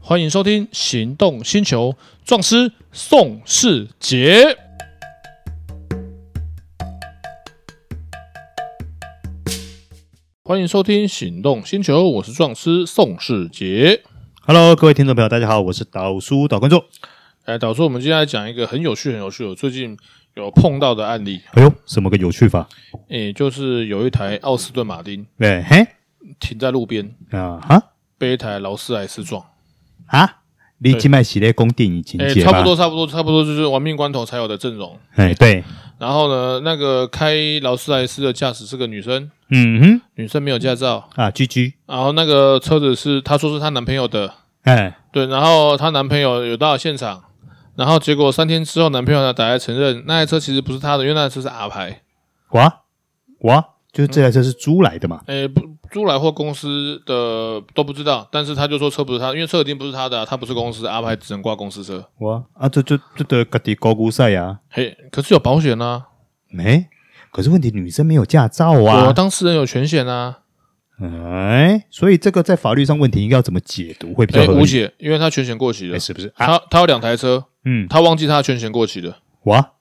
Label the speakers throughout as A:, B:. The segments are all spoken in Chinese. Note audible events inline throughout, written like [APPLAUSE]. A: 欢迎收听《行动星球》，壮师宋世杰。欢迎收听《行动星球》，我是壮师宋世杰。
B: Hello，各位听众朋友，大家好，我是导叔导观众。
A: 哎，导致我们今天来讲一个很有趣、很有趣，我最近有碰到的案例，
B: 哎呦，什么个有趣法？
A: 诶，就是有一台奥斯顿马丁
B: 哎嘿
A: 停在路边，
B: 啊哈
A: 被一台劳斯莱斯撞。
B: 啊！你今麦系列宫电影情
A: 诶，
B: 节吧
A: 哎差不多，。差不多，差不多就是玩命关头才有的阵容。
B: 哎，对，
A: 然后呢，那个开劳斯莱斯的驾驶是个女生，
B: 嗯
A: 女生没有驾照。
B: 哼啊，G G，
A: 然后那个车子是她说是她男朋友的，
B: 哎
A: 对。然后她男朋友有到现场，然后结果三天之后，男朋友呢打来承认那台车其实不是他的，因为那台车是 R 牌，
B: 哇哇，就是这台车是租来的嘛？
A: 诶，不，租来货公司的都不知道，但是他就说车不是他，因为车一定不是他的、啊，他不是公司 R 牌，只能挂公司车。
B: 哇啊，这这这得个底高估赛啊！
A: 嘿，可是有保险啊，
B: 哎，可是问题女生没有驾照
A: 我
B: 啊，
A: 当事人有权险啊。
B: 哎，所以这个在法律上问题应该要怎么解读会比较
A: 诶，
B: 合
A: 哎无
B: 理？
A: 解，因为他权险过期了
B: 哎，。是不是啊？
A: 他他有两台车，
B: 嗯，
A: 他忘记他的权险过期了。
B: 哇，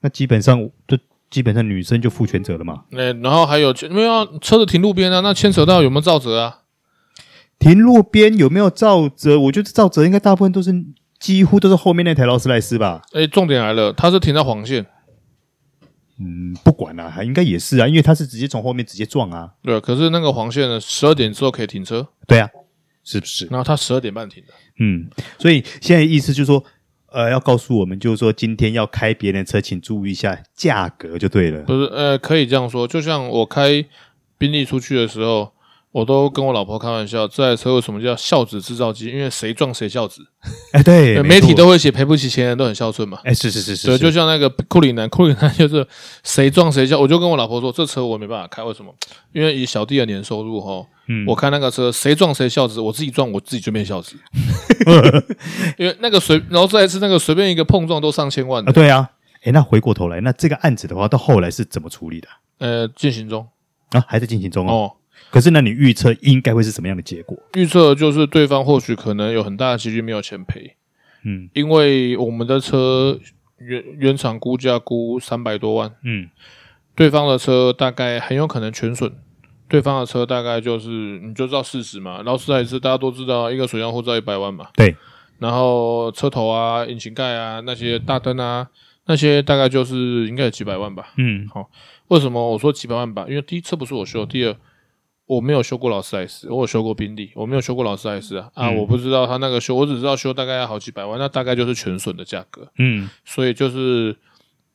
B: 那基本上就基本上女生就负全责了嘛。
A: 那、然后还有没有啊车子停路边啊？那牵扯到有没有造责啊？
B: 停路边有没有照责？我觉得照责应该大部分都是几乎都是后面那台劳斯莱斯吧。
A: 哎，重点来了，他是停在黄线，
B: 嗯，不管啦、还应该也是啊，因为他是直接从后面直接撞啊。
A: 对，可是那个黄线呢，十二点之后可以停车，
B: 对啊，是不是？
A: 然后他十二点半停的。
B: 嗯，所以现在意思就是说，呃，要告诉我们，就是说今天要开别人的车，请注意一下价格就对了。
A: 不是，呃，可以这样说，就像我开宾利出去的时候，我都跟我老婆开玩笑，这台车为什么叫孝子制造机？因为谁撞谁孝子，
B: 哎，对，
A: 呃媒体
B: 没错
A: 都会写赔不起钱的人都很孝顺嘛。
B: 哎，是是是是，
A: 对，
B: 是
A: 就像那个库里南，库里南就是谁撞谁叫。我就跟我老婆说，这车我没办法开，为什么？因为以小弟的年收入哈，
B: 嗯
A: 我开那个车谁撞谁孝子，我自己撞我自己就变孝
B: [LAUGHS]
A: 子，因为那个随，然后再一次那个随便一个碰撞都上千万
B: 啊，
A: 的，
B: 对啊。哎，那回过头来，那这个案子的话，到后来是怎么处理的
A: 呃，进行中
B: 啊？还在进行中哦。
A: 哦。
B: 可是，那你预测应该会是什么样的结果？
A: 预测就是对方或许可能有很大的几率没有钱赔，
B: 嗯
A: 因为我们的车原原厂估价估三百多万，
B: 嗯，
A: 对方的车大概很有可能全损，对方的车大概就是你就知道事实嘛。劳斯莱斯大家都知道，一个水箱护罩一百万嘛，
B: 对。
A: 然后车头啊、引擎盖啊、那些大灯啊，那些大概就是应该有几百万吧。
B: 嗯
A: 为什么我说几百万吧？因为第一车不是我修，第二我没有修过劳斯莱斯，我有修过宾利，我没有修过劳斯莱斯啊啊！我不知道他那个修，我只知道修大概要好几百万，那大概就是全损的价格。
B: 嗯，
A: 所以就是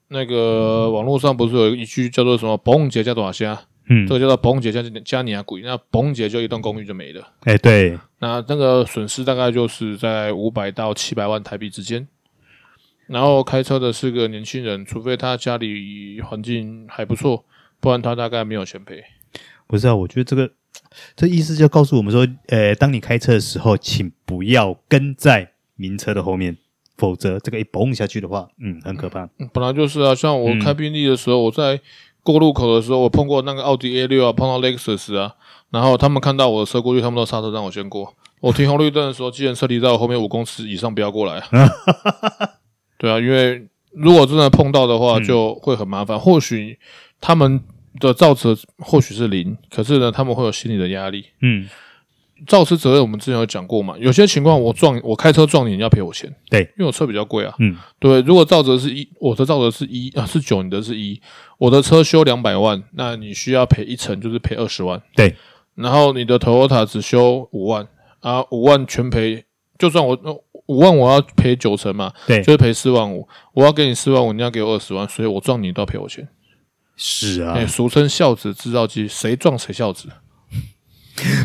A: 那个网络上不是有一句叫做什么“保姆节加多少虾”，
B: 嗯
A: 这，个叫做“保姆节加加尼亚鬼”，那保姆节就一栋公寓就没了。
B: 哎、对，
A: 那那个损失大概就是在五百到七百万台币之间。然后开车的是个年轻人，除非他家里环境还不错，不然他大概没有钱赔。
B: 不是啊，我觉得这个这意思就告诉我们说，呃，当你开车的时候，请不要跟在名车的后面，否则这个一崩下去的话，嗯，很可怕。
A: 嗯本来就是啊，像我开宾利的时候，我在过路口的时候，我碰过那个奥迪 A 六啊，碰到 Lexus 啊，然后他们看到我的车过去，他们都刹车让我先过。我停红绿灯的时候，既然车离在我后面五公尺以上，不要过来啊。对啊，因为如果真的碰到的话，就会很麻烦。或许他们的造责或许是零，可是呢，他们会有心理的压力。
B: 嗯，
A: 肇事责任我们之前有讲过嘛，有些情况我撞我开车撞你，你要赔我钱。
B: 对
A: 因为我车比较贵啊。
B: 嗯，
A: 对，如果造责是一，我的造责是一啊是九，你的是一，我的车修两百万，那你需要赔一成，就是赔二十万。
B: 对，
A: 然后你的 Toyota 只修五万啊，五万全赔，就算我呃五万我要赔九成嘛，
B: 对
A: 就是赔四万五，我要给你四万五，你要给我二十万，所以我撞你都要赔我钱。
B: 是啊
A: 哎、，俗称孝子制造机，谁撞谁孝子。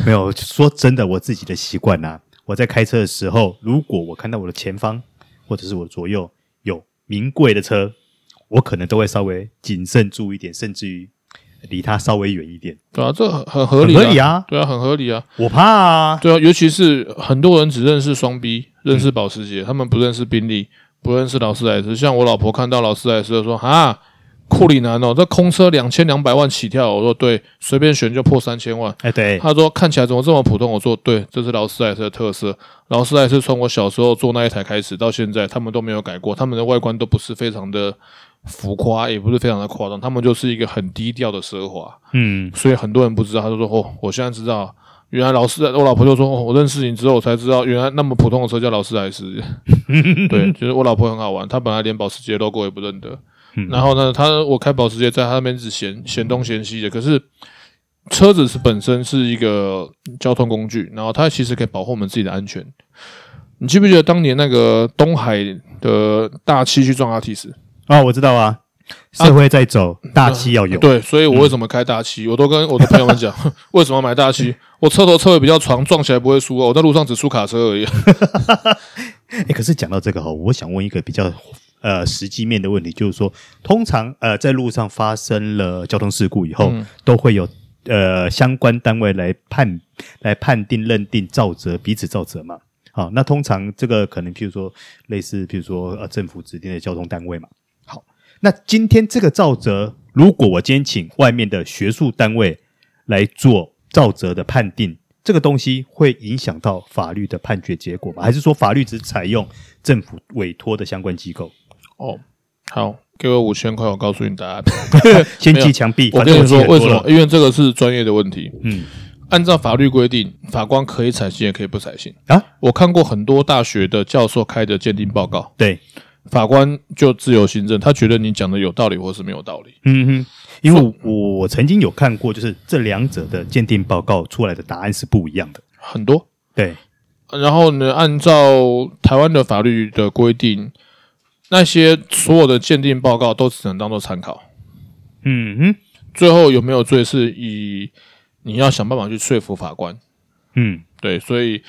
B: 没有说真的，我自己的习惯呐、我在开车的时候，如果我看到我的前方或者是我的左右有名贵的车，我可能都会稍微谨慎注意一点，甚至于离它稍微远一点，
A: 对啊，这很很合理、
B: 很合理啊
A: 对啊，很合理啊。
B: 我怕啊。
A: 对啊，尤其是很多人只认识双 B，认识保时捷，他们不认识宾利，不认识劳斯莱斯。像我老婆看到劳斯莱斯就说：“哈，库里南哦，这空车两千两百万起跳。哦我说对，随便选就破三千万。
B: 哎，对，
A: 他说看起来怎么这么普通？我说对，这是劳斯莱斯的特色。劳斯莱斯从我小时候坐那一台开始到现在，他们都没有改过，他们的外观都不是非常的浮夸，也不是非常的夸张，他们就是一个很低调的奢华。
B: 嗯，
A: 所以很多人不知道，他就说哦，我现在知道。原来劳斯莱，我老婆就说、哦我认识你之后，我才知道原来那么普通的车叫劳斯莱斯。 [LAUGHS] 对，就是我老婆很好玩，她本来连保时捷 logo 也不认得。
B: 嗯
A: 然后呢，她我开保时捷在她那边只嫌嫌东嫌西的，可是车子是本身是一个交通工具，然后它其实可以保护我们自己的安全。你记不记得当年那个东海的大七去撞阿提斯？
B: 啊，我知道啊， [LAUGHS] 社会在走，大气要有，
A: 对，所以我为什么开大七？我都跟我的朋友们讲， [LAUGHS] 为什么买大七？我车头车尾比较长，撞起来不会输哦。我在路上只输卡车而已。啊
B: 哎，可是讲到这个哈，我想问一个比较呃实际面的问题，就是说，通常呃在路上发生了交通事故以后，都会有呃相关单位来判来判定认定肇责彼此肇责嘛。好，那通常这个可能譬如说类似譬如说呃政府指定的交通单位嘛。好，那今天这个肇责，如果我今天请外面的学术单位来做肇责的判定，这个东西会影响到法律的判决结果吗？还是说法律只采用政府委托的相关机构？
A: 哦， [LAUGHS] 好，给我五千块，我告诉你答案。
B: 先
A: 没有
B: 记墙壁，
A: 我
B: 反正
A: 跟你说
B: 记很
A: 为
B: 多
A: 什么
B: 了？？
A: 因为这个是专业的问题。
B: 嗯，
A: 按照法律规定，法官可以采信，也可以不采信
B: 啊。
A: 我看过很多大学的教授开的鉴定报告，
B: 对，
A: 法官就自由行政，他觉得你讲的有道理或是没有道理。
B: 嗯哼，因为我我曾经有看过，就是这两者的鉴定报告出来的答案是不一样的。
A: 很多
B: 对，
A: 然后呢，按照台湾的法律的规定，那些所有的鉴定报告都只能当做参考，
B: 嗯哼，
A: 最后有没有罪是以你要想办法去说服法官。
B: 嗯，
A: 对，所以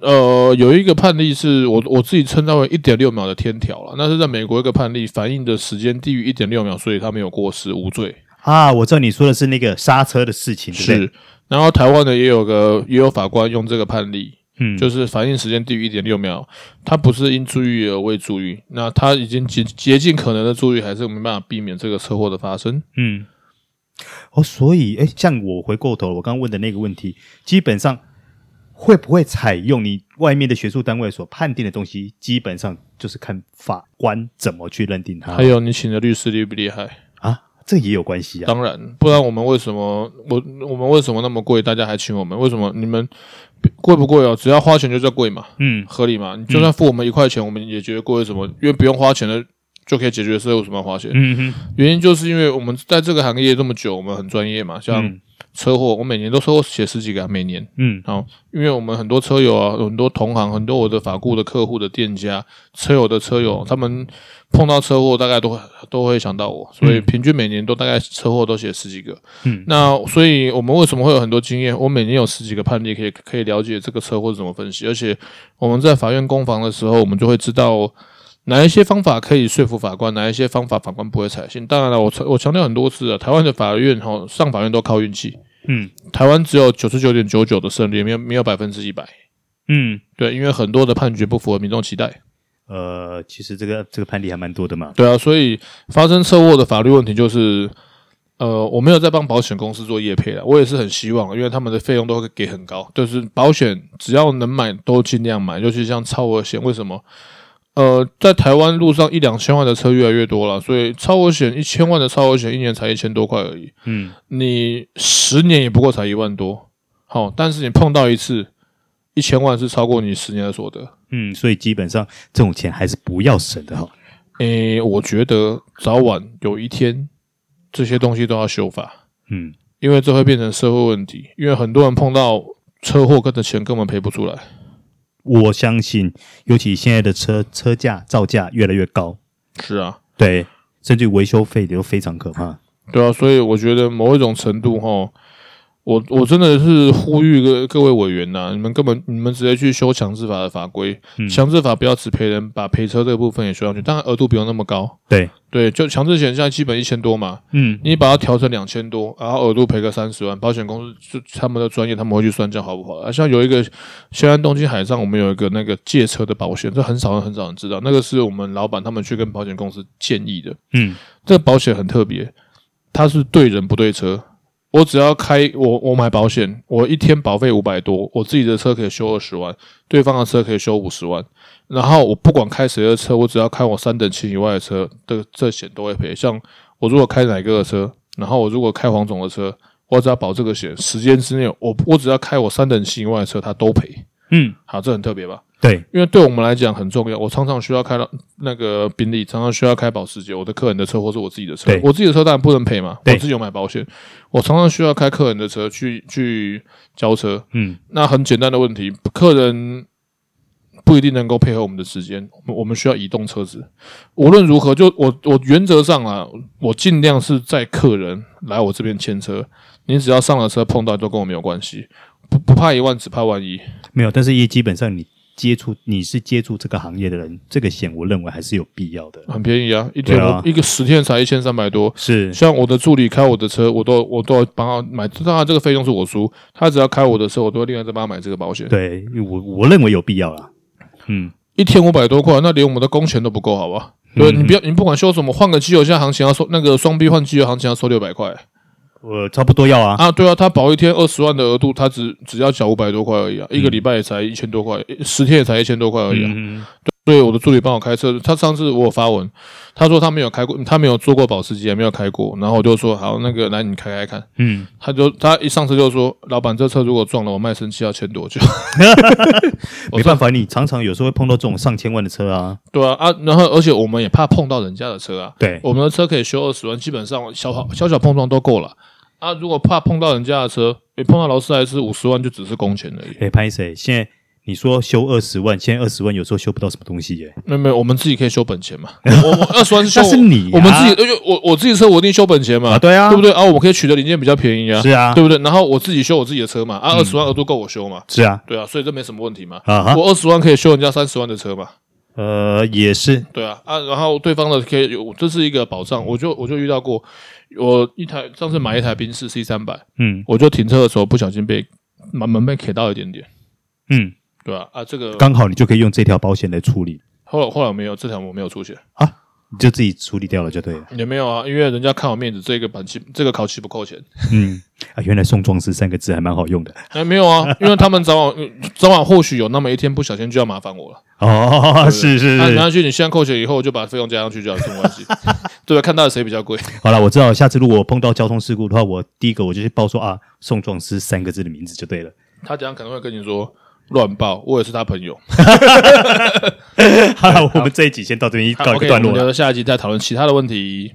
A: 呃，有一个判例是我我自己称它为一点六秒的天条了，那是在美国一个判例，反应的时间低于一点六秒，所以他没有过失，无罪。
B: 啊，我知道你说的是那个刹车的事情，对不对？
A: 是，然后台湾呢也有个也有法官用这个判例，
B: 嗯，
A: 就是反应时间低于一点六秒，他不是因注意而未注意，那他已经竭竭尽可能的注意，还是没办法避免这个车祸的发生。
B: 嗯，哦，所以，哎，像我回过头，我刚问的那个问题，基本上会不会采用你外面的学术单位所判定的东西，基本上就是看法官怎么去认定它
A: 还有你请的律师厉不厉害？
B: 啊，这也有关系啊。
A: 当然，不然我们为什么我我们为什么那么贵？大家还请我们？为什么你们贵不贵哦？只要花钱就叫贵嘛，
B: 嗯，
A: 合理嘛？你就算付我们一块钱，我们也觉得贵。为什么？因为不用花钱的就可以解决的事，为什么要花钱？
B: 嗯哼，
A: 原因就是因为我们在这个行业这么久，我们很专业嘛。像
B: 嗯
A: 车祸，我每年都车祸写十几个啊，每年。
B: 嗯
A: 好，因为我们很多车友啊，有很多同行，很多我的法顾的客户的店家，车友的车
B: 嗯
A: 友，他们碰到车祸大概都会都会想到我，所以平均每年都大概车祸都写十几个。
B: 嗯
A: 那所以我们为什么会有很多经验？我每年有十几个判例可以可以了解这个车祸是怎么分析，而且我们在法院攻防的时候，我们就会知道。哪一些方法可以说服法官？哪一些方法法官不会采信？当然了，我强我强调很多次啊了，台湾的法院哈上法院都靠运气，
B: 嗯
A: 台湾只有九十九点九九的胜率，没有没有百分之一百。
B: 嗯，
A: 对，因为很多的判决不符合民众期待。
B: 呃，其实这个这个判例还蛮多的嘛。
A: 对啊，所以发生车祸的法律问题就是，呃，我没有在帮保险公司做业配了，我也是很希望，因为他们的费用都会给很高，就是保险只要能买都尽量买，尤其像超额险，为什么？呃，在台湾路上一两千万的车越来越多了，所以超额险一千万的超额险一年才一千多块而已，
B: 嗯
A: 你十年也不过才一万多，好、但是你碰到一次一千万是超过你十年的所得，
B: 嗯，所以基本上这种钱还是不要省的哈。
A: 诶，我觉得早晚有一天这些东西都要修法，
B: 嗯
A: 因为这会变成社会问题。因为很多人碰到车祸，跟着钱根本赔不出来。
B: 我相信，尤其现在的车车价造价越来越高，
A: 是啊，
B: 对，甚至维修费也都非常可怕。
A: 对啊，所以我觉得某一种程度哈，我我真的是呼吁各各位委员呐、你们根本你们直接去修强制法的法规，强制法不要只赔人，把赔车这个部分也修上去，当然额度不用那么高。
B: 对，
A: 对，就强制险现在基本一千多嘛，
B: 嗯，
A: 你把它调成两千多，然后额度赔个三十万，保险公司就他们的专业，他们会去算这样好不好？啊，像有一个西安东京海上，我们有一个那个借车的保险，这很少人很少人知道，那个是我们老板他们去跟保险公司建议的。
B: 嗯，
A: 这个保险很特别，它是对人不对车。我只要开我我买保险，我一天保费五百多，我自己的车可以修二十万，对方的车可以修五十万。然后我不管开谁的车，我只要开我三等亲以外的车，这这险都会赔。像我如果开奶哥的车，然后我如果开黄总的车，我只要保这个险，时间之内我我只要开我三等亲以外的车，他都赔。
B: 嗯，
A: 好，这很特别吧？
B: 对，
A: 因为对我们来讲很重要。我常常需要开到那个宾利，常常需要开保时捷，我的客人的车或是我自己的车
B: 对。
A: 我自己的车当然不能赔嘛，我
B: 对
A: 自己有买保险。我常常需要开客人的车去去交车，
B: 嗯，
A: 那很简单的问题，客人不一定能够配合我们的时间，我们我们需要移动车子。无论如何，就我我原则上啊，我尽量是在客人来我这边牵车，你只要上了车碰到都跟我没有关系，不不怕一万，只怕万一。
B: 没有，但是也基本上你接触你是接触这个行业的人，这个险我认为还是有必要的。
A: 很便宜啊，一天、
B: 对啊
A: 一个十天才一千三百多。
B: 是，
A: 像我的助理开我的车，我都我都要帮他买，当然这个费用是我出，他只要开我的车，我都会另外再帮他买这个保险。
B: 对我我认为有必要啦。嗯，
A: 一天五百多块，那连我们的工钱都不够，好吧？对，你不要，你不管修什么，换个机油，现在行情要收那个双臂换机油行情要收六百块
B: 我差不多要啊。
A: 啊！对啊，他保一天二十万的额度，他只只要缴五百多块而已啊，一个礼拜也才一千多块，十天也才一千多块而已啊。
B: 嗯，嗯
A: 对，我的助理帮我开车，他上次我有发文，他说他没有开过，他没有做过保时捷，也没有开过，然后我就说好，那个来你开开看，
B: 嗯，
A: 他就他一上车就说，老板这车如果撞了，我卖身契要签多久？ [LAUGHS]
B: 没办法，你常常有时候会碰到这种上千万的车啊。
A: 对啊啊，然后而且我们也怕碰到人家的车啊，
B: 对，
A: 我们的车可以修二十万，基本上小好小小碰撞都够了。啊，如果怕碰到人家的车，你碰到劳斯莱斯五十万就只是工钱而已。
B: 哎，拍谁？现在你说修二十万，现在二十万有时候修不到什么东西耶。
A: 没有没有，我们自己可以修本钱嘛。我我二十万是修
B: [LAUGHS] 那
A: 我，
B: 是你啊，
A: 我们自己，因为我我自己车我一定修本钱嘛，
B: 啊，对啊，
A: 对不对啊？我们可以取得零件比较便宜啊，
B: 是啊
A: 对，不对？然后我自己修我自己的车嘛，啊，二十万额度够我修嘛，
B: 是啊，
A: 对啊，所以这没什么问题嘛。
B: 啊哈，
A: 我二十万可以修人家三十万的车嘛，
B: 呃，也是，
A: 对啊啊，然后对方的可以有，这是一个保障。我就我就遇到过，我一台上次买一台宾士 C 三百，
B: 嗯
A: 我就停车的时候不小心被门门被 K 到一点点，
B: 嗯，
A: 对吧、啊？这个
B: 刚好你就可以用这条保险来处理，
A: 后来后来我没有，这条我没有出险，
B: 你就自己处理掉了就对了。
A: 也没有啊，因为人家看我面子，这个板期这个考期不扣钱，
B: 嗯，啊，原来“送壮士”三个字还蛮好
A: [LAUGHS]
B: 用的。
A: 哎，没有啊，因为他们早晚嗯早晚或许有那么一天不小心就要麻烦我了，
B: 哦，
A: 对啊
B: 是是
A: 那没
B: 是，
A: 关系，你现在扣钱以后我就把费用加上去就好，没关
B: [LAUGHS]
A: 系，对吧？啊看到底谁比较贵，
B: 好了，我知道，下次如果我碰到交通事故的话，我第一个我就去报说啊，“送壮士”三个字的名字就
A: [LAUGHS]
B: 对了。
A: 他讲可能会跟你说乱报，我也是他朋友。
B: 好了，我们这一集先到这边告一
A: 好
B: 个
A: ，OK，
B: 段
A: 我
B: 落
A: 们
B: 了
A: 留。到下一集再讨论其他的问题。